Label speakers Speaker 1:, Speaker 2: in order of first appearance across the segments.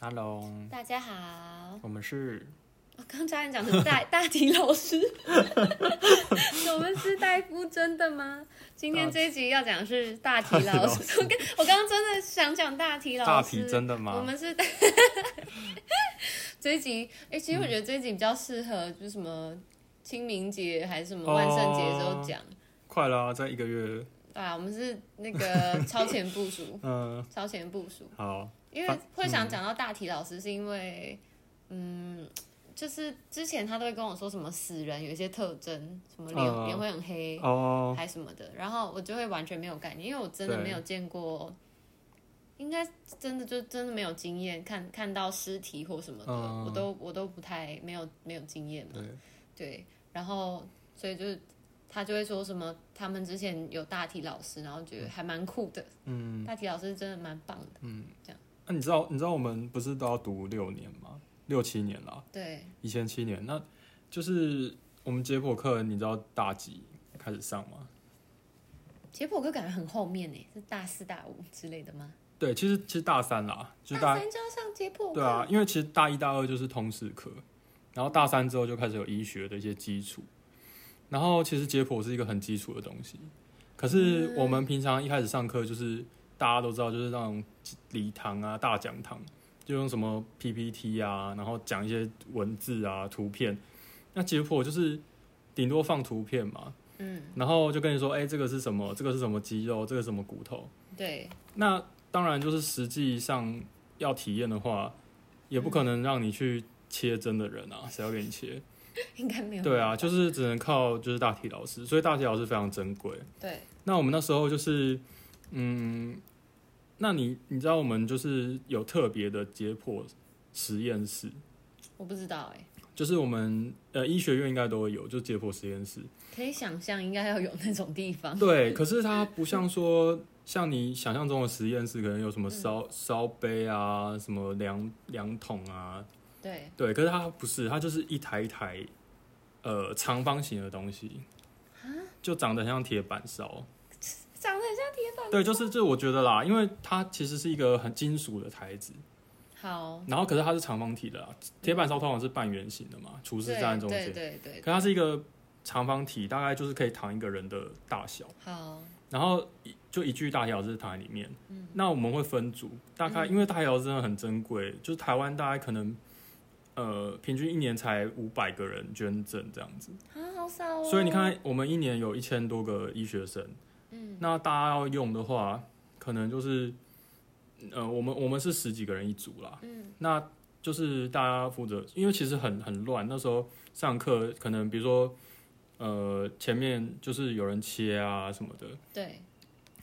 Speaker 1: Hello，
Speaker 2: 大家好，
Speaker 1: 我们是
Speaker 2: 我刚差点讲成大 大体老 师，我们是戴夫，真的吗？今天这一集要讲的是大体老师，我刚我刚刚真的想讲大体老师，
Speaker 1: 大体真的
Speaker 2: 我
Speaker 1: 吗？
Speaker 2: 们是 这一集，哎、其实我觉得这一集比较适合，就是什么清明节还是什么万圣节的时候讲。
Speaker 1: 快了、啊，在一个月。
Speaker 2: 对啊，我们是那个超前部 署，
Speaker 1: 嗯、
Speaker 2: 超前部署。
Speaker 1: 好，
Speaker 2: 因为会
Speaker 1: 嗯
Speaker 2: 想讲到大体老师，是因为，嗯，就是之前他都会跟我说什么死人有一些特征，什么脸
Speaker 1: 嗯
Speaker 2: 脸会很黑，
Speaker 1: 哦，
Speaker 2: 还什么的，然后我就会完全没有概念，因为我真的
Speaker 1: 对
Speaker 2: 没有见过，应该真的就真的没有经验，看看到尸体或什么的，
Speaker 1: 嗯
Speaker 2: 我都我都不太没有没有经验嘛
Speaker 1: 对，
Speaker 2: 对，然后所以就是他就会说什么，他们之前有大体老师，然后觉得还蛮酷的，
Speaker 1: 嗯
Speaker 2: 大体老师真的蛮棒的，
Speaker 1: 嗯，
Speaker 2: 这样。
Speaker 1: 那、你知道，你知道我们不是都要读六年吗？六七年啦，
Speaker 2: 对，
Speaker 1: 以前七年。那就是我们解剖课，你知道大几开始上吗？
Speaker 2: 解剖课感觉很后面呢，是大四大五之类的吗？
Speaker 1: 对，其实其实大三啦，就是
Speaker 2: 大
Speaker 1: 大
Speaker 2: 三就要上解剖课，
Speaker 1: 对啊，因为其实大一、大二就是通识课，然后大三之后就开始有医学的一些基础，然后其实解剖是一个很基础的东西，可是我们平常一开始上课就是大家都知道，就是那种礼堂啊、大讲堂，就用什么 PPT 啊，然后讲一些文字啊、图片，那解剖就是顶多放图片嘛，
Speaker 2: 嗯，
Speaker 1: 然后就跟你说，哎、这个是什么？这个是什么肌肉？这个是什么骨头？
Speaker 2: 对，
Speaker 1: 那当然就是实际上要体验的话，也不可能让你去切真的人 啊，谁要给你切？
Speaker 2: 应该没有。
Speaker 1: 对啊，就是只能靠就是大体老师，所以大体老师非常珍贵。
Speaker 2: 对，
Speaker 1: 那我们那时候就是，嗯，那你你知道我们就是有特别的解剖实验室，
Speaker 2: 我不知道哎，
Speaker 1: 就是我们呃医学院应该都会有，就解剖实验室。
Speaker 2: 可以想象应该要有那种地方。
Speaker 1: 对，可是它不像说像你想象中的实验室，可能有什么
Speaker 2: 嗯
Speaker 1: 烧烧杯啊，什么量量桶啊，
Speaker 2: 对，
Speaker 1: 对，可是它不是，它就是一台一台，呃，长方形的东西，就长得很像铁板烧。
Speaker 2: 啊长得很像
Speaker 1: 对，就是这我觉得啦，因为它其实是一个很金属的材质，
Speaker 2: 好，
Speaker 1: 然后可是它是长方体的啦，铁板烧通常是半圆形的嘛，厨师
Speaker 2: 对
Speaker 1: 站在中
Speaker 2: 对
Speaker 1: 间，
Speaker 2: 对对，
Speaker 1: 可它是一个长方体，大概就是可以躺一个人的大小。
Speaker 2: 好，
Speaker 1: 然后一就一具大条是躺在里面。那我们会分组，大概、因为大条真的很珍贵，就是台湾大概可能呃平均一年才五百个人捐赠这样子，
Speaker 2: 啊，好少哦。
Speaker 1: 所以你，看我们一年有一千多个医学生，嗯，那大家要用的话，可能就是呃我们我们是十几个人一组啦，嗯，那。就是大家负责，因为其实很很乱。那时候上课可能比如说，呃，前面就是有人切啊什么的，
Speaker 2: 对，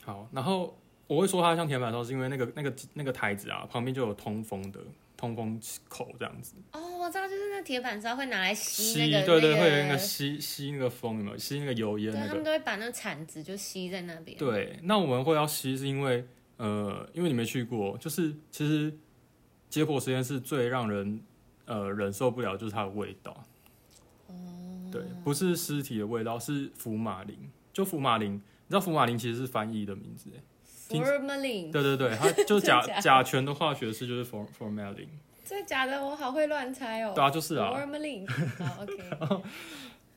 Speaker 1: 好，然后我会说它像铁板烧，是因为那个那个那个台子啊，旁边就有通风的通风口这样子，
Speaker 2: 哦，我知道，就是那铁板烧会拿来吸
Speaker 1: 吸
Speaker 2: 那个，
Speaker 1: 对对，会有
Speaker 2: 那
Speaker 1: 那个
Speaker 2: 个，
Speaker 1: 吸吸那个风有没有？吸那个油烟
Speaker 2: 对
Speaker 1: 那
Speaker 2: 他
Speaker 1: 个
Speaker 2: 们。都会把那铲子就吸在那边。
Speaker 1: 对，那我们会要吸是因为呃，因为你没去过，就是其实解剖实验室最让人呃忍受不了就是它的味道。
Speaker 2: 哦，
Speaker 1: 对，不是尸体的味道，是福马林。就福马林，你知道福马林其实是翻译的名字耶，听
Speaker 2: ，formalin，
Speaker 1: 对对对， 它就是甲
Speaker 2: 真的假的
Speaker 1: 甲醛的化学式就是 form formalin。
Speaker 2: 真的假的？我好会乱猜哦。
Speaker 1: 对啊，就是啊。
Speaker 2: formalin，好，OK。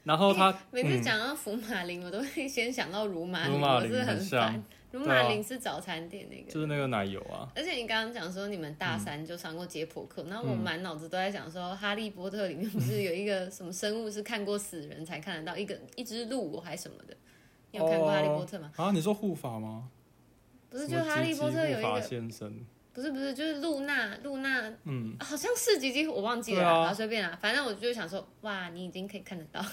Speaker 1: 然后他
Speaker 2: 每次讲到福马林，我都会先想到乳马
Speaker 1: 乳嗯
Speaker 2: 林，
Speaker 1: 马
Speaker 2: 我
Speaker 1: 林
Speaker 2: 是很
Speaker 1: 很啊
Speaker 2: 烦
Speaker 1: 像。
Speaker 2: 乳马林是早餐店那
Speaker 1: 就
Speaker 2: 个。
Speaker 1: 是那个奶油啊，
Speaker 2: 而且你刚刚讲说你们
Speaker 1: 嗯
Speaker 2: 大三就上过解剖课，那、我满脑子都在想说，《哈利波特》里面不
Speaker 1: 嗯
Speaker 2: 是有一个什么生物是看过死人才看得到一个一只鹿还什么的？你有看过《哈利波特》吗？
Speaker 1: 啊，你说护法吗？
Speaker 2: 不是，
Speaker 1: 什
Speaker 2: 就
Speaker 1: 么
Speaker 2: 《哈利
Speaker 1: 吉吉
Speaker 2: 波特》有
Speaker 1: 护
Speaker 2: 一
Speaker 1: 法
Speaker 2: 个，
Speaker 1: 先生，
Speaker 2: 不是不是，就是露娜，露娜、
Speaker 1: 嗯，
Speaker 2: 啊好像是几集我忘记了
Speaker 1: 对啊
Speaker 2: 啦，好随便啦，反正我就想说，哇，你已经可以看得到，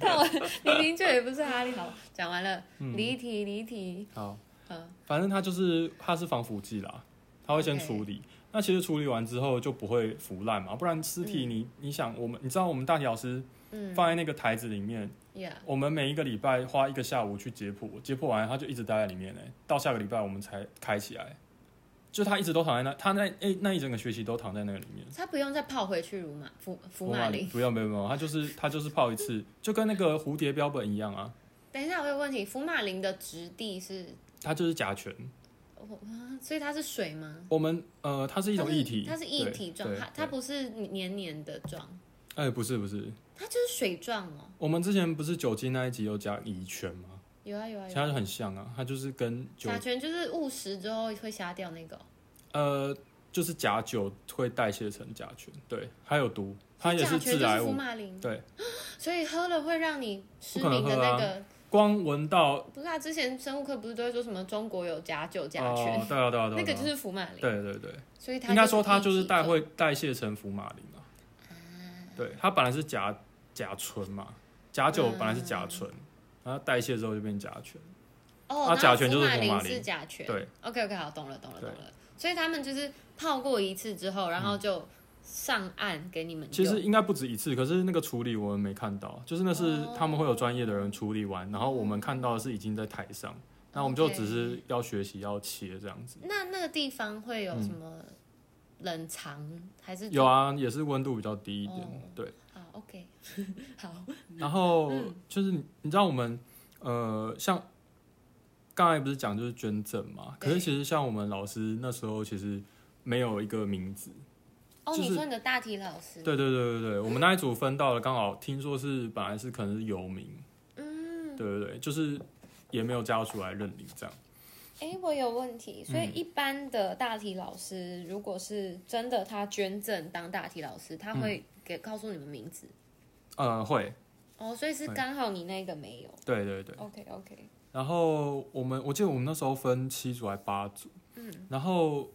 Speaker 2: 但我明明就也不是哈利，好，讲完了，
Speaker 1: 嗯
Speaker 2: 离题离题，
Speaker 1: 好，
Speaker 2: 嗯，
Speaker 1: 反正它就是它是防腐剂啦，它会先
Speaker 2: OK
Speaker 1: 处理。那其实处理完之后就不会腐烂嘛，不然尸体你、你想我们你知道我们大体老师
Speaker 2: 嗯
Speaker 1: 放在那个台子里面，
Speaker 2: ，Yeah，
Speaker 1: 我们每一个礼拜花一个下午去解剖，解剖完它就一直待在里面呢、到下个礼拜我们才开起来。就它一直都躺在那，它那诶、那一整个学期都躺在那个里面。
Speaker 2: 他不用再泡回去乳马福福
Speaker 1: 不
Speaker 2: 马
Speaker 1: 嘛
Speaker 2: 林。
Speaker 1: 不用不用不用，它就是它就是泡一次，就跟那个蝴蝶标本一样啊，
Speaker 2: 等一下，我有问题，福马林的质地是
Speaker 1: 它就是甲醛，
Speaker 2: 我啊，所以它是水吗？
Speaker 1: 我们呃，它是一种
Speaker 2: 它是
Speaker 1: 液体，
Speaker 2: 它是液体
Speaker 1: 对
Speaker 2: 状，
Speaker 1: 对
Speaker 2: 它它不是黏黏的状，
Speaker 1: 哎、不是不是，
Speaker 2: 它就是水状哦。
Speaker 1: 我们之前不是酒精那一集有讲乙醛吗？
Speaker 2: 有啊有啊
Speaker 1: 其实
Speaker 2: 有啊。
Speaker 1: 它就很像啊，它就是跟酒
Speaker 2: 甲醛就是误食之后会瞎掉那个哦，
Speaker 1: 呃，就是甲酒会代谢成甲醛，对，它有毒，它也
Speaker 2: 甲
Speaker 1: 是
Speaker 2: 醛
Speaker 1: 致
Speaker 2: 就
Speaker 1: 癌
Speaker 2: 是福
Speaker 1: 物，
Speaker 2: 马林，
Speaker 1: 对，
Speaker 2: 所以喝了会让你失
Speaker 1: 不可能
Speaker 2: 明的
Speaker 1: 喝啊
Speaker 2: 那个。
Speaker 1: 光闻到哦
Speaker 2: 不是啊，之前生物课不是都会说什么中国有甲酒甲醛，
Speaker 1: 哦，对啊对啊对啊，
Speaker 2: 那个
Speaker 1: 对啊
Speaker 2: 就是福马林，
Speaker 1: 对对对，
Speaker 2: 所以它
Speaker 1: 应该说它
Speaker 2: 就
Speaker 1: 就是
Speaker 2: 液体状
Speaker 1: 代会代谢成福马林啊，
Speaker 2: 嗯
Speaker 1: 对，它本来是甲甲醇嘛，甲酒本来是
Speaker 2: 嗯
Speaker 1: 甲醇，然后代谢之后就变甲醛，
Speaker 2: 哦，
Speaker 1: 啊
Speaker 2: 然后
Speaker 1: 甲醛就是
Speaker 2: 福马
Speaker 1: 福马
Speaker 2: 林
Speaker 1: 林
Speaker 2: 是甲醛，
Speaker 1: 对
Speaker 2: ，OK OK 好，懂了懂了
Speaker 1: 对嗯
Speaker 2: 懂了。所以他们就是泡过一次之后，然后就上岸给你们用。
Speaker 1: 其实应该不止一次，可是那个处理我们没看到，就是那是
Speaker 2: 哦
Speaker 1: 他们会有专业的人处理完，然后我们看到的是已经在台上，那我们就
Speaker 2: OK
Speaker 1: 只是要学习要切这样子。
Speaker 2: 那那个地方会有什么冷藏、还是
Speaker 1: 嗯有啊，也是温度比较低一点，
Speaker 2: 哦
Speaker 1: 对。
Speaker 2: 啊？OK，好，
Speaker 1: 然后
Speaker 2: 嗯
Speaker 1: 就是你你知道我们呃，像刚才不是讲就是捐赠嘛，可
Speaker 2: 对
Speaker 1: 是其实像我们老师那时候其实没有一个名字，
Speaker 2: 哦，
Speaker 1: 就是
Speaker 2: 你说你的大体老师，
Speaker 1: 对对对对对，我们那一组分到了，刚好听说是本来是可能是游民，
Speaker 2: 嗯，
Speaker 1: 对对对，就是也没有家属来认领这样。
Speaker 2: 哎、我有问题，所
Speaker 1: 嗯
Speaker 2: 以一般的大体老师，如果是真的他捐赠当大体老师，他
Speaker 1: 嗯
Speaker 2: 会给告诉你们名字。
Speaker 1: 呃，会，
Speaker 2: 哦，所以是
Speaker 1: 会
Speaker 2: 刚好你那个没有。
Speaker 1: 对对对。
Speaker 2: OK OK，
Speaker 1: 然后我们我记得我们那时候分七组还八组，嗯，然后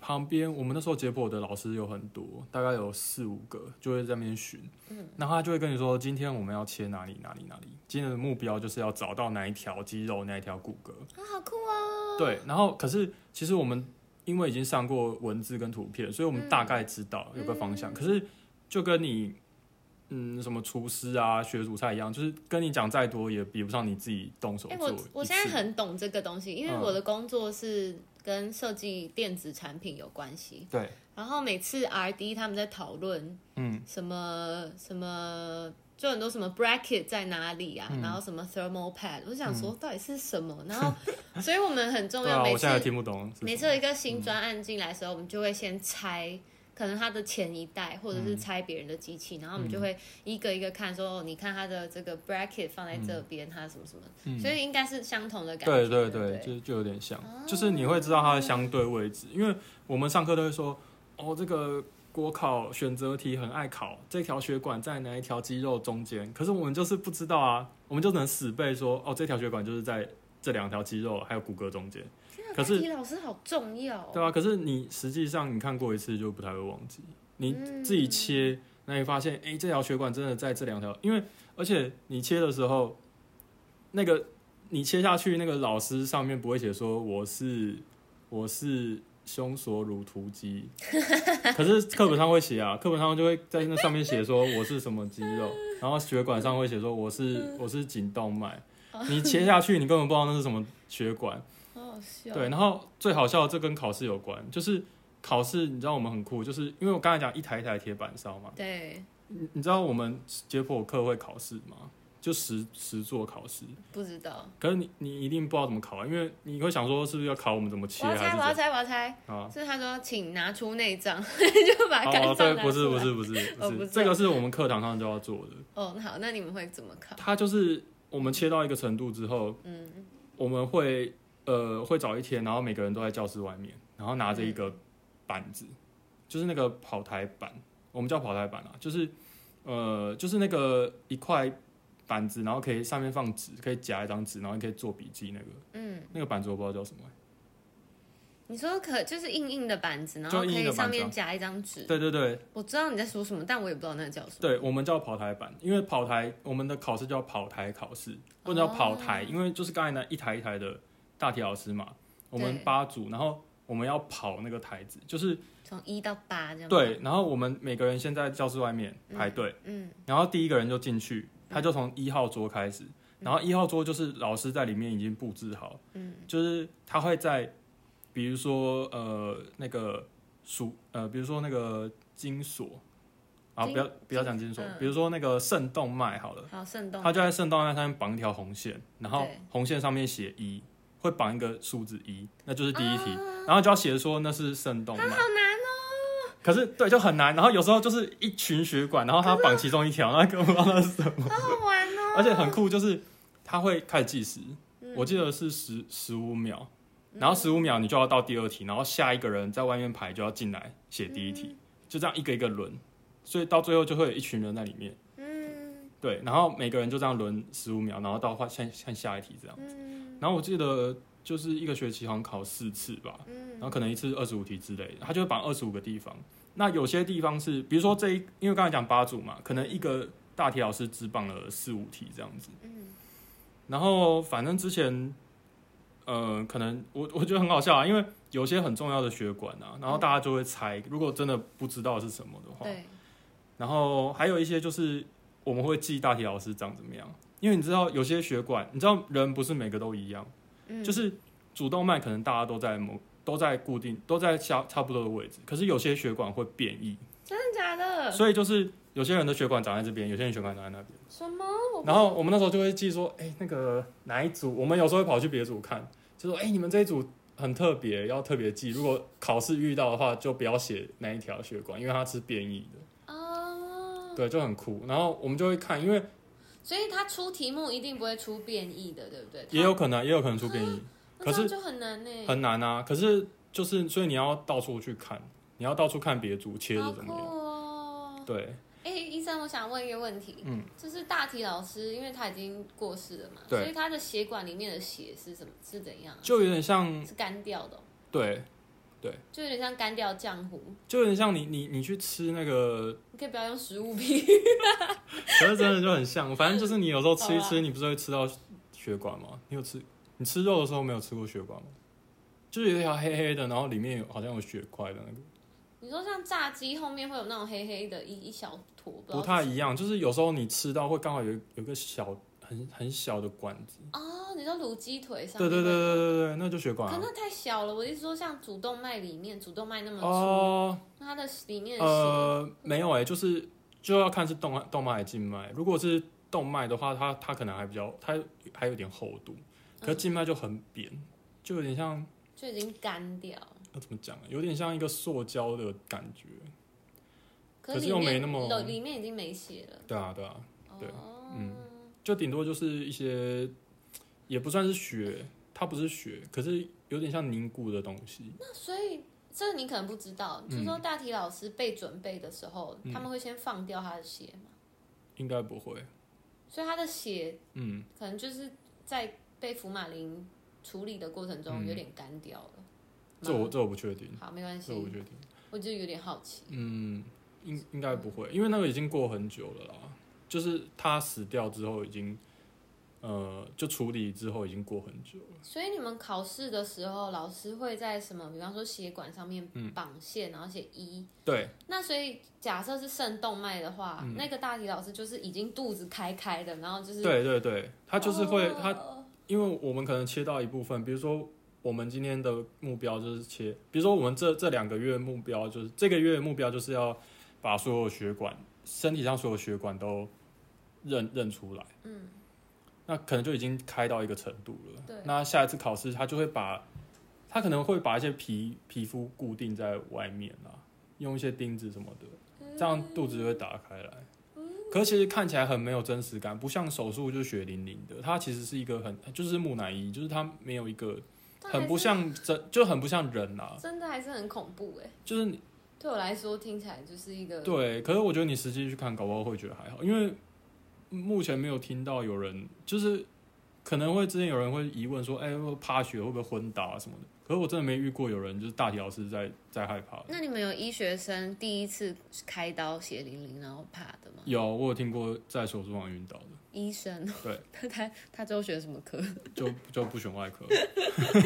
Speaker 1: 旁边我们那时候解剖的老师有很多，大概有四五个，就会在那边巡，嗯，然后他就会跟你说，今天我们要切哪里哪里哪里，今天的目标就是要找到哪一条肌肉哪一条骨骼，
Speaker 2: 啊，好酷哦！
Speaker 1: 对，然后可是其实我们因为已经上过文字跟图片，所以我们大概知道有个方
Speaker 2: 嗯
Speaker 1: 向。可是就跟你嗯什么厨师啊学煮菜一样，就是跟你讲再多也比不上你自己动手
Speaker 2: 哎、
Speaker 1: 做一
Speaker 2: 我
Speaker 1: 次。
Speaker 2: 我现在很懂这个东西，因为
Speaker 1: 嗯
Speaker 2: 我的工作是跟设计电子产品有关系。
Speaker 1: 对，
Speaker 2: 然后每次 R D 他们在讨论
Speaker 1: 嗯
Speaker 2: 什么什么，就很多什么 bracket 在哪里啊，
Speaker 1: 嗯
Speaker 2: 然后什么 thermal pad，我想说到底是什么，然后 所以我们很重
Speaker 1: 对
Speaker 2: 要，
Speaker 1: 啊，
Speaker 2: 每
Speaker 1: 我
Speaker 2: 次
Speaker 1: 现在听不懂是什么。
Speaker 2: 每次有一个新专案进来的时候，我们就会先拆。可能它的前一代，或者
Speaker 1: 嗯
Speaker 2: 是拆别人的机器，然后我们就会一个一个看说，哦，你看它的这个 bracket 放在这边，它什么什么，所以应该是相同的感觉。
Speaker 1: 嗯对
Speaker 2: 对哦
Speaker 1: 对
Speaker 2: 不
Speaker 1: 对，就就有点像，就是你会知道它的相对位置，因为我们上课都会说，哦，这个国考选择题很爱考，这条血管在哪一条肌肉中间，可是我们就是不知道啊，我们就能死背说，哦，这条血管就是在这两条肌肉还有骨骼中间，
Speaker 2: 天啊
Speaker 1: 可是
Speaker 2: 大体老师好重要哦、
Speaker 1: 对啊，可是你实际上你看过一次就不太会忘记，你自己切，那你发现，哎、这条血管真的在这两条，因为而且你切的时候，那个你切下去那个老师上面不会写说我是我是胸锁乳突肌，可是课本上会写啊，课本上就会在那上面写说我是什么肌肉，然后血管上会写说我是我是颈动脉，你切下去你根本不知道那是什么血管。
Speaker 2: 好好笑。
Speaker 1: 对，然后最好笑的这跟考试有关，就是考试，你知道我们很酷，就是因为我刚才讲一台一台铁板烧嘛，
Speaker 2: 对，
Speaker 1: 你你知道我们解剖课会考试吗？就实实做考试，
Speaker 2: 不知道。
Speaker 1: 可是你你一定不知道怎么考啊，因为你会想说是不是要考我们怎么切
Speaker 2: 我要
Speaker 1: 还
Speaker 2: 猜，
Speaker 1: 是
Speaker 2: 我要
Speaker 1: 怎
Speaker 2: 猜，我要猜。
Speaker 1: 么啊？
Speaker 2: 是他说，请拿出内脏， 就把肝
Speaker 1: 哦，
Speaker 2: 脏
Speaker 1: 对，
Speaker 2: 拿
Speaker 1: 不是
Speaker 2: 出
Speaker 1: 不
Speaker 2: 来。
Speaker 1: 是不是
Speaker 2: 哦
Speaker 1: 不
Speaker 2: 不
Speaker 1: 是，
Speaker 2: 是
Speaker 1: 这个是我们课堂上就要做的，
Speaker 2: 哦，好，那你们会怎么考？
Speaker 1: 它就是我们切到一个程度之后，
Speaker 2: 嗯，
Speaker 1: 我们会呃会找一天，然后每个人都在教室外面，然后拿着一
Speaker 2: 嗯
Speaker 1: 个板子，就是那个跑台板，我们叫跑台板啊，就是呃就是那个一块板子，然后可以上面放纸，可以夹一张纸，然后你可以做笔记那个，嗯，那个板子我不知道叫什么欸、
Speaker 2: 你说可就是硬硬的板子，然
Speaker 1: 就
Speaker 2: 后可
Speaker 1: 硬硬的板
Speaker 2: 以上
Speaker 1: 子啊
Speaker 2: 面夹一张纸。
Speaker 1: 对对对
Speaker 2: 我知道你在说什么，但我也不知道那个叫什么。
Speaker 1: 对，我们叫跑台板，因为跑台我们的考试叫跑台考试，或者叫跑台，因为就是刚才那一台一台的大体老师嘛，我们
Speaker 2: 对
Speaker 1: 八组，然后我们要跑那个台子，就是。
Speaker 2: 从一到八这样。，
Speaker 1: 对，然后我们每个人先在教室外面排队，嗯，然后第一个人就进去，
Speaker 2: 嗯
Speaker 1: 他就从一号桌开始，然后一号桌就是老师在里面已经布置好，嗯，就是他会在，比如说呃那个属呃，比如说那个金锁，啊
Speaker 2: 金
Speaker 1: 不要不要讲金锁，
Speaker 2: 嗯
Speaker 1: 比如说那个肾动脉好了，
Speaker 2: 好，肾动
Speaker 1: 他就在肾动脉上面绑一条红线，然后
Speaker 2: 对
Speaker 1: 红线上面写一，会绑一个数字一，那就是第一
Speaker 2: 啊
Speaker 1: 题，然后就要写说那是肾动脉。
Speaker 2: 好难哦。
Speaker 1: 可是对，就很难。然后有时候就是一群血管，然后他绑其中一条，那根本不知道那是什么。
Speaker 2: 好好 玩哦！嗯
Speaker 1: 而且很酷，就是他会开始计时，我记得是十十五秒，然后十五秒你就要到第二题，然后下一个人在外面排就要进来写第一题，
Speaker 2: 嗯
Speaker 1: 就这样一个一个轮，所以到最后就会有一群人在里面。
Speaker 2: 嗯
Speaker 1: 对，然后每个人就这样轮十五秒，然后到换看看下一题这样。
Speaker 2: 嗯
Speaker 1: 然后我记得就是一个学期好像考四次吧，然
Speaker 2: 嗯
Speaker 1: 后可能一次二十五题之类的，他就会绑二十五个地方。那有些地方是，比如说这一，因为刚才讲八组嘛，可能一个大题老师只绑了四五题这样子。
Speaker 2: 嗯，
Speaker 1: 然后反正之前，呃，可能我 我觉得很好笑啊，因为有些很重要的血管啊，然后大家就会猜，如果真的不知道是什么的话，
Speaker 2: 对，
Speaker 1: 然后还有一些就是我们会记大体老师长怎么样，因为你知道有些血管，你知道人不是每个都一样，
Speaker 2: 嗯
Speaker 1: 就是主动脉可能大家都在某都在固定都在差差不多的位置，可是有些血管会变异，
Speaker 2: 真的假的？
Speaker 1: 所以就是有些人的血管长在这边，有些人血管长在那边。
Speaker 2: 什么？我
Speaker 1: 然后我们那时候就会记说，哎、那个哪一组，我们有时候会跑去别组看，就说，哎、你们这一组很特别，要特别记。如果考试遇到的话，就不要写那一条血管，因为它是变异的，
Speaker 2: 哦，
Speaker 1: 对，就很酷。然后我们就会看，因为
Speaker 2: 所以他出题目一定不会出变异的，对不对？
Speaker 1: 也有可能，也有可能出变异，
Speaker 2: 那
Speaker 1: 可
Speaker 2: 这
Speaker 1: 是
Speaker 2: 样就很难呢。
Speaker 1: 很难啊。可是就是，所以你要到处去看，你要到处看别组切
Speaker 2: 好
Speaker 1: 的怎
Speaker 2: 酷
Speaker 1: 么样，
Speaker 2: 哦！
Speaker 1: 对，
Speaker 2: 哎、医生，我想问一个问题，
Speaker 1: 嗯，
Speaker 2: 就是大体老师，因为他已经过世了嘛，
Speaker 1: 对
Speaker 2: 所以他的血管里面的血是什么？是怎样啊？
Speaker 1: 就有点像，
Speaker 2: 是干掉的哦、
Speaker 1: 对，
Speaker 2: 就有点像干掉浆糊。
Speaker 1: 就有点像你你你去吃那个，
Speaker 2: 你可以不要用食物比，
Speaker 1: 可是真的就很像，反正就是你有时候吃一
Speaker 2: 好
Speaker 1: 吃，你不是会吃到血管吗？你有吃？你吃肉的时候没有吃过血管吗？就是有一条黑黑的，然后里面有好像有血块的那个，
Speaker 2: 你说像炸鸡后面会有那种黑黑的一一小坨，不知道
Speaker 1: 不太一样。就是有时候你吃到会刚好有一有个小很很小的管子，
Speaker 2: 哦，你说卤鸡腿上
Speaker 1: 对
Speaker 2: 面
Speaker 1: 对对对
Speaker 2: 会
Speaker 1: 对对，那就血管
Speaker 2: 可
Speaker 1: 啊。
Speaker 2: 那太小了，我一直说像主动脉里面，主动脉那么粗，
Speaker 1: 哦，
Speaker 2: 那它的里面的血、
Speaker 1: 呃，没有哎、就是就要看是动脉动脉还是静脉。如果是动脉的话，它它可能还比较它还有点厚度，可
Speaker 2: 嗯
Speaker 1: 是静脉就很扁，就有点像
Speaker 2: 就已经干掉，
Speaker 1: 要怎么讲啊，有点像一个塑胶的感觉。
Speaker 2: 是
Speaker 1: 可是
Speaker 2: 里
Speaker 1: 又
Speaker 2: 面
Speaker 1: 没那么
Speaker 2: 有里面已经没血了。
Speaker 1: 对啊，对啊，对
Speaker 2: 哦、
Speaker 1: 嗯就顶多就是一些，也不算是血，它不是血，可是有点像凝固的东西。
Speaker 2: 那所以这你可能不知道，就
Speaker 1: 嗯
Speaker 2: 是说大体老师被准备的时候，他们会先放掉他的血嘛，
Speaker 1: 应该不会，
Speaker 2: 所以他的血
Speaker 1: 嗯，
Speaker 2: 可能就是在被福马林处理的过程
Speaker 1: 嗯
Speaker 2: 中有点干掉了。
Speaker 1: 这我这我不确定，
Speaker 2: 好，没关
Speaker 1: 这嗯我不
Speaker 2: 系，
Speaker 1: 确定，
Speaker 2: 我就有点好奇。
Speaker 1: 嗯，应应该不会，因为那个已经过很久了啦，就是他死掉之后已经，呃，就处理之后已经过很久了，
Speaker 2: 所以你们考试的时候，老师会在什么？比方说血管上面
Speaker 1: 嗯
Speaker 2: 绑线，然后写一。
Speaker 1: 对，啊
Speaker 2: 那所以假设是肾动脉的话，那个大体老师就是已经肚子开开的，然后就
Speaker 1: 嗯
Speaker 2: 是
Speaker 1: 对对对，他就是会他
Speaker 2: 哦
Speaker 1: 因为我们可能切到一部分，比如说我们今天的目标就是切，比如说我们这这两个月目标就是这个月目标就是要把所有血管身体上所有血管都认认出来，嗯，那可能就已经开到一个程度了。
Speaker 2: 对
Speaker 1: 那下一次考试他就会把，他可能会把一些皮皮肤固定在外面啊，用一些钉子什么的，
Speaker 2: 嗯
Speaker 1: 这样肚子就会打开来。可是其实看起来很没有真实感，不像手术就血淋淋的，它其实是一个很就是木乃伊，就是它没有一个
Speaker 2: 但还
Speaker 1: 很不
Speaker 2: 是
Speaker 1: 像真，就很不像人啊，
Speaker 2: 真的还是很恐怖哎、
Speaker 1: 就是你
Speaker 2: 对啊我来说，听起来就是一个
Speaker 1: 对。啊可是我觉得你实际去看，搞不好会觉得还好，因为目前没有听到有人就是可能会之前有人会疑问说，哎、会怕血会不会昏倒啊什么的。可是我真的没遇过有人就是大体老师在在害怕的。
Speaker 2: 那你们有医学生第一次开刀血淋淋然后怕的吗？
Speaker 1: 有，我有听过在手术房晕倒的，
Speaker 2: 医生，
Speaker 1: 对，
Speaker 2: 他他他之后学什么科？
Speaker 1: 就就不选外科。
Speaker 2: 就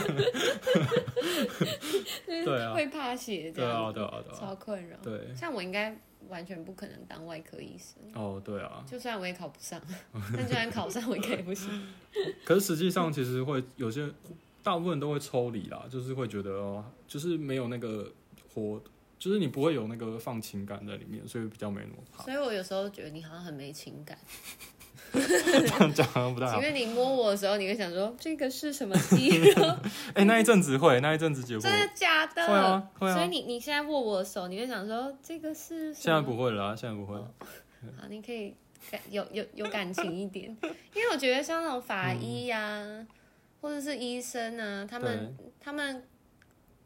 Speaker 2: 是
Speaker 1: 对啊
Speaker 2: 会怕血这
Speaker 1: 对啊，
Speaker 2: 样，
Speaker 1: 对啊，对啊，
Speaker 2: 超困扰。
Speaker 1: 对。
Speaker 2: 像我应该完全不可能当外科医生，
Speaker 1: 哦，对啊，
Speaker 2: 就算我也考不 上，但就算考上我应该也不行。
Speaker 1: 可是实际上，其实会有些大部分都会抽离啦，就是会觉得哦，就是没有那个活，就是你不会有那个放情感在里面，所以比较没那么怕。
Speaker 2: 所以我有时候觉得你好像很没情感，
Speaker 1: 这样 讲好像不太好
Speaker 2: 请。问你摸我的时候，你会想说这个是什么 肌肉？
Speaker 1: 哎、那一阵子会，那一阵子结果
Speaker 2: 真的假的？
Speaker 1: 会啊会啊
Speaker 2: 所以你你现在握我的手，你会想说这个是什
Speaker 1: 现在
Speaker 2: 么？
Speaker 1: 不会了啊，现在不会。
Speaker 2: 好，你可以感有有有感情一点，因为我觉得像那种法医呀、
Speaker 1: 嗯
Speaker 2: 或者是医生啊，他们他们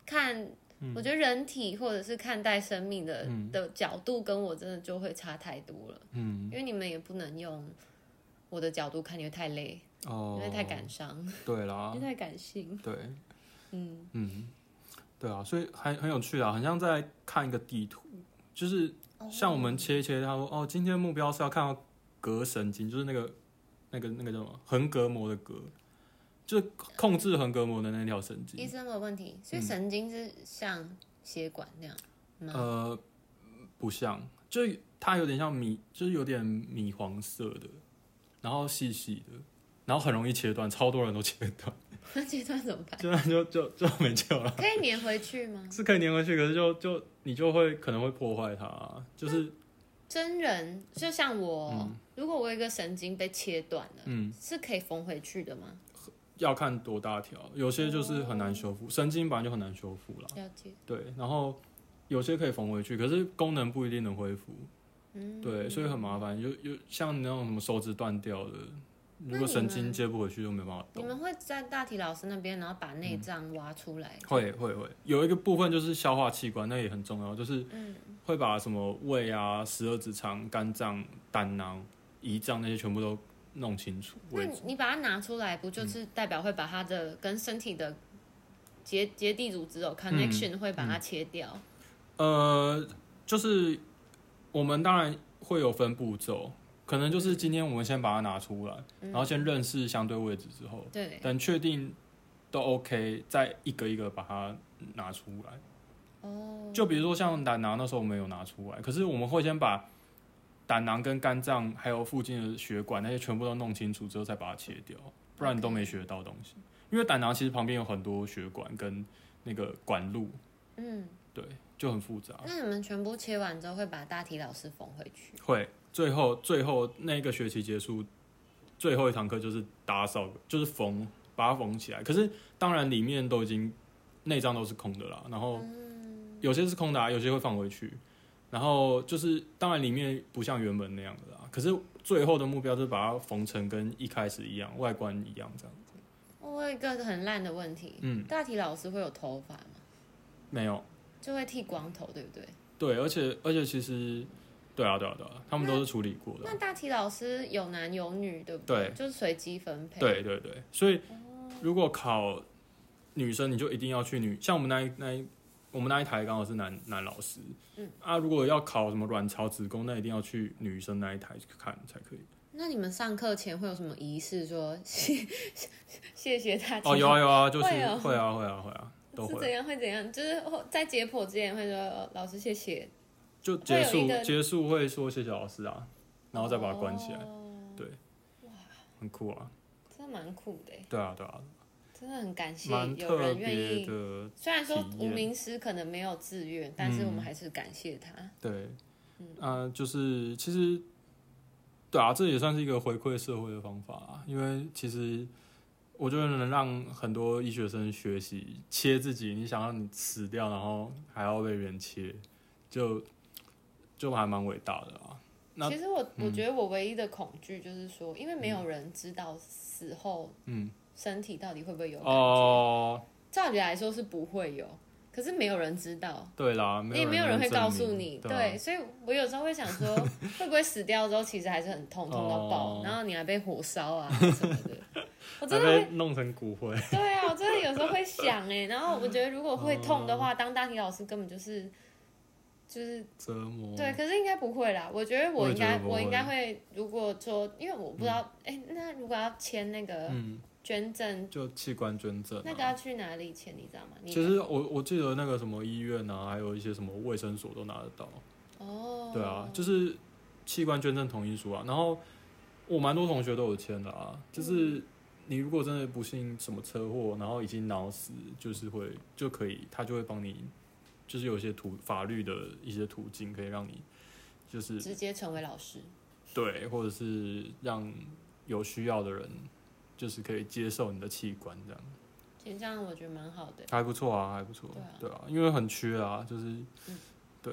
Speaker 2: 看，
Speaker 1: 嗯
Speaker 2: 我觉得人体或者是看待生命的、的角度，跟我真的就会差太多了。
Speaker 1: 嗯，
Speaker 2: 因为你们也不能用我的角度看，你会太累，
Speaker 1: 哦，啊
Speaker 2: 因为太感伤，
Speaker 1: 对啦，
Speaker 2: 因为太感性。
Speaker 1: 对，
Speaker 2: 嗯，
Speaker 1: 嗯，对啊，所以很很有趣啊，很像在看一个地图，就是
Speaker 2: 哦
Speaker 1: 像我们切一切，他说哦，今天目标是要看到膈神经，就是那个那个那个叫什么横膈膜的膈，就是控制横膈膜的那条神经。
Speaker 2: 医生，我有问题，所以神经是像血管那样吗？
Speaker 1: 呃，不像，就是它有点像米，就是有点米黄色的，然后细细的，然后很容易切断，超多人都切断，
Speaker 2: 那这段怎么 办？
Speaker 1: 就就就就没救了。
Speaker 2: 可以粘回去吗？
Speaker 1: 是可以粘回去，可是就就你就会可能会破坏它啊、就是
Speaker 2: 真人就像我，
Speaker 1: 嗯
Speaker 2: 如果我有一个神经被切断了，是可以缝回去的吗？
Speaker 1: 要看多大条，有些就是很难修复，
Speaker 2: 哦
Speaker 1: 神经本来就很难修复啦。
Speaker 2: 了解，
Speaker 1: 对，啊然后有些可以缝回去，可是功能不一定能恢复。嗯，对，所以很麻烦。有有像那种什么手指断掉的，
Speaker 2: 那
Speaker 1: 如果
Speaker 2: 你
Speaker 1: 神
Speaker 2: 们
Speaker 1: 经接不回去，就没办法
Speaker 2: 你
Speaker 1: 动。
Speaker 2: 们会在大体老师那边，然后把内脏挖出来，
Speaker 1: 会会会，有一个部分就是消化器官，那也很重要，就是
Speaker 2: 嗯
Speaker 1: 会把什么胃啊、十二指肠、肝脏、胆囊、胰脏那些全部都弄清楚。
Speaker 2: 那你你把它拿出来，不就是代表会把它的跟身体的结结缔组织有 connection，、会把它切掉？
Speaker 1: 呃，就是我们当然会有分步骤，可能就是今天我们先把它拿出来，
Speaker 2: 嗯
Speaker 1: 然后先认识嗯相对位置之后，
Speaker 2: 对，
Speaker 1: 等确定都 OK，再一个一个把它拿出来。
Speaker 2: 哦，
Speaker 1: 就比如说像胆囊那时候我们有拿出来，可是我们会先把胆囊跟肝脏还有附近的血管那些全部都弄清楚之后再把它切掉，不然你都没学到东西。因为胆囊其实旁边有很多血管跟那个管路，
Speaker 2: 嗯，
Speaker 1: 对，就很复杂。
Speaker 2: 那你们全部切完之后，会把大体老师缝回去？
Speaker 1: 会，最后最后那个学期结束，最后一堂课就是打扫，就是缝，把它缝起来。可是当然里面都已经内脏都是空的啦，然后有些是空的、啊，有些会放回去。然后就是当然里面不像原本那样的啦，可是最后的目标就是把它缝成跟一开始一样，外观一样这样。
Speaker 2: 我哦有一个很烂的问题，
Speaker 1: 嗯，
Speaker 2: 大体老师会有头发吗？
Speaker 1: 没有，
Speaker 2: 就会剃光头，对不对？
Speaker 1: 对，啊而且而且其实，对啊对啊对啊，他们都是处理过的啊
Speaker 2: 那。大体老师有男有女，对不对？
Speaker 1: 对
Speaker 2: 就是随机分配。，
Speaker 1: 对对对，所以如果考女生，你就一定要去女，像我们那一那一我们那一台刚好是男男老师，嗯啊，如果要考什么卵巢、子宫，那一定要去女生那一台去看才可以。
Speaker 2: 那你们上课前会有什么仪式说？谢 谢谢大家。
Speaker 1: 哦，有啊有啊，就是
Speaker 2: 会哦
Speaker 1: 会啊会啊会 啊，都
Speaker 2: 是怎
Speaker 1: 会。
Speaker 2: 样会怎样？就是在解剖之前会说、哦老师谢谢，
Speaker 1: 就结
Speaker 2: 会有一
Speaker 1: 束
Speaker 2: 个
Speaker 1: 结束会说谢谢老师啊，然后再把它关起来，
Speaker 2: 哦
Speaker 1: 很酷啊。
Speaker 2: 真的蛮酷的耶，欸
Speaker 1: 对啊对啊，
Speaker 2: 真的很感谢
Speaker 1: 蛮
Speaker 2: 有
Speaker 1: 特
Speaker 2: 人愿
Speaker 1: 别
Speaker 2: 意。
Speaker 1: 的，
Speaker 2: 虽然说
Speaker 1: 体
Speaker 2: 无
Speaker 1: 验嗯
Speaker 2: 名师可能没有自愿，但是我们还是感谢他。
Speaker 1: 对，啊、就是其实，对啊，这也算是一个回馈社会的方法啊，因为其实我觉得能让很多医学生学习切自己，你想让你死掉，然后还要被别人切，就就还蛮伟大的啊。那
Speaker 2: 其实我我觉得我唯一的恐惧就是说，因为没有人知道死后，
Speaker 1: 嗯，
Speaker 2: 身体到底会不会有感觉。
Speaker 1: 哦，
Speaker 2: 照理来说是不会有，可是没有人知道，
Speaker 1: 对啦，没
Speaker 2: 也没有人
Speaker 1: 能
Speaker 2: 会
Speaker 1: 证
Speaker 2: 告诉
Speaker 1: 明
Speaker 2: 你。
Speaker 1: 对
Speaker 2: 对，
Speaker 1: 啊
Speaker 2: 所以我有时候会想 说，会不会死掉之后其实还是很痛，痛到爆，
Speaker 1: 哦
Speaker 2: 然后你还被火烧 啊什么的。我真
Speaker 1: 还
Speaker 2: 的会，
Speaker 1: 被哦弄成骨灰，
Speaker 2: 对啊，我真的有时候会想哎、然后我觉得如果 会痛的话，当大体老师根本就是。就是
Speaker 1: 折磨。
Speaker 2: 对，可是应该不会啦。我觉得
Speaker 1: 哦我
Speaker 2: 我
Speaker 1: 也
Speaker 2: 应该，
Speaker 1: 觉得不
Speaker 2: 我
Speaker 1: 会
Speaker 2: 应该会，如果说，因为我不知道，哎、那如果要签那个
Speaker 1: 嗯，
Speaker 2: 捐赠，
Speaker 1: 就器官捐赠、啊。
Speaker 2: 那个要去哪里签，你知道吗？你
Speaker 1: 其实我我记得那个什么医院啊，还有一些什么卫生所都拿得到。
Speaker 2: 哦，
Speaker 1: 对啊，就是器官捐赠同意书啊。然后我蛮多同学都有签的啊，
Speaker 2: 嗯
Speaker 1: 就是你如果真的不幸什么车祸，然后已经脑死，就是会就可以，他就会帮你，就是有一些途法律的一些途径可以让你，就是
Speaker 2: 直接成为老师。
Speaker 1: 对，或者是让有需要的人就是可以接受你的器官这样，
Speaker 2: 其实这样我觉得蛮好的。
Speaker 1: 还不错啊，还不错，
Speaker 2: 对啊嗯
Speaker 1: 对啊，因为很缺啊，就是、对，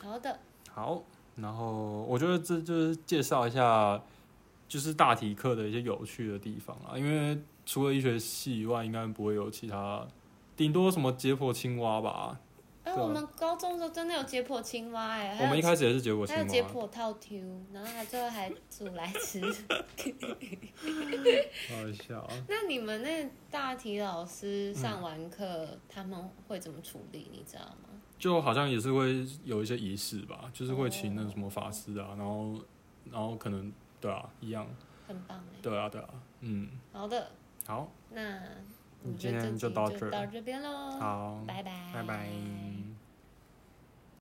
Speaker 2: 好的，
Speaker 1: 好，然后我觉得这就是介绍一下，就是大体课的一些有趣的地方啊。因为除了医学系以外，应该不会有其他，顶多什么解剖青蛙吧。
Speaker 2: 哎、
Speaker 1: 对啊
Speaker 2: 我们高中的时候真的有解剖青蛙哎、还
Speaker 1: 我
Speaker 2: 有
Speaker 1: 们一开始也是解剖青啊
Speaker 2: 还有解
Speaker 1: 蛙，
Speaker 2: 剖套 Q，然后还最后还煮来吃。
Speaker 1: 好笑啊。
Speaker 2: 那你们那大体老师上完课，他们会怎么处理？你知道吗？
Speaker 1: 就好像也是会有一些仪式吧，就是会请那个什么法师
Speaker 2: 哦
Speaker 1: 啊，然后然后可能对啊，一样，
Speaker 2: 很棒哎、
Speaker 1: 对啊对啊，嗯，
Speaker 2: 好的，
Speaker 1: 好，
Speaker 2: 那
Speaker 1: 嗯
Speaker 2: 我们
Speaker 1: 今天
Speaker 2: 这
Speaker 1: 就
Speaker 2: 集
Speaker 1: 到
Speaker 2: 就
Speaker 1: 这儿
Speaker 2: 哦到这边喽。
Speaker 1: 好，
Speaker 2: 拜拜，
Speaker 1: 拜拜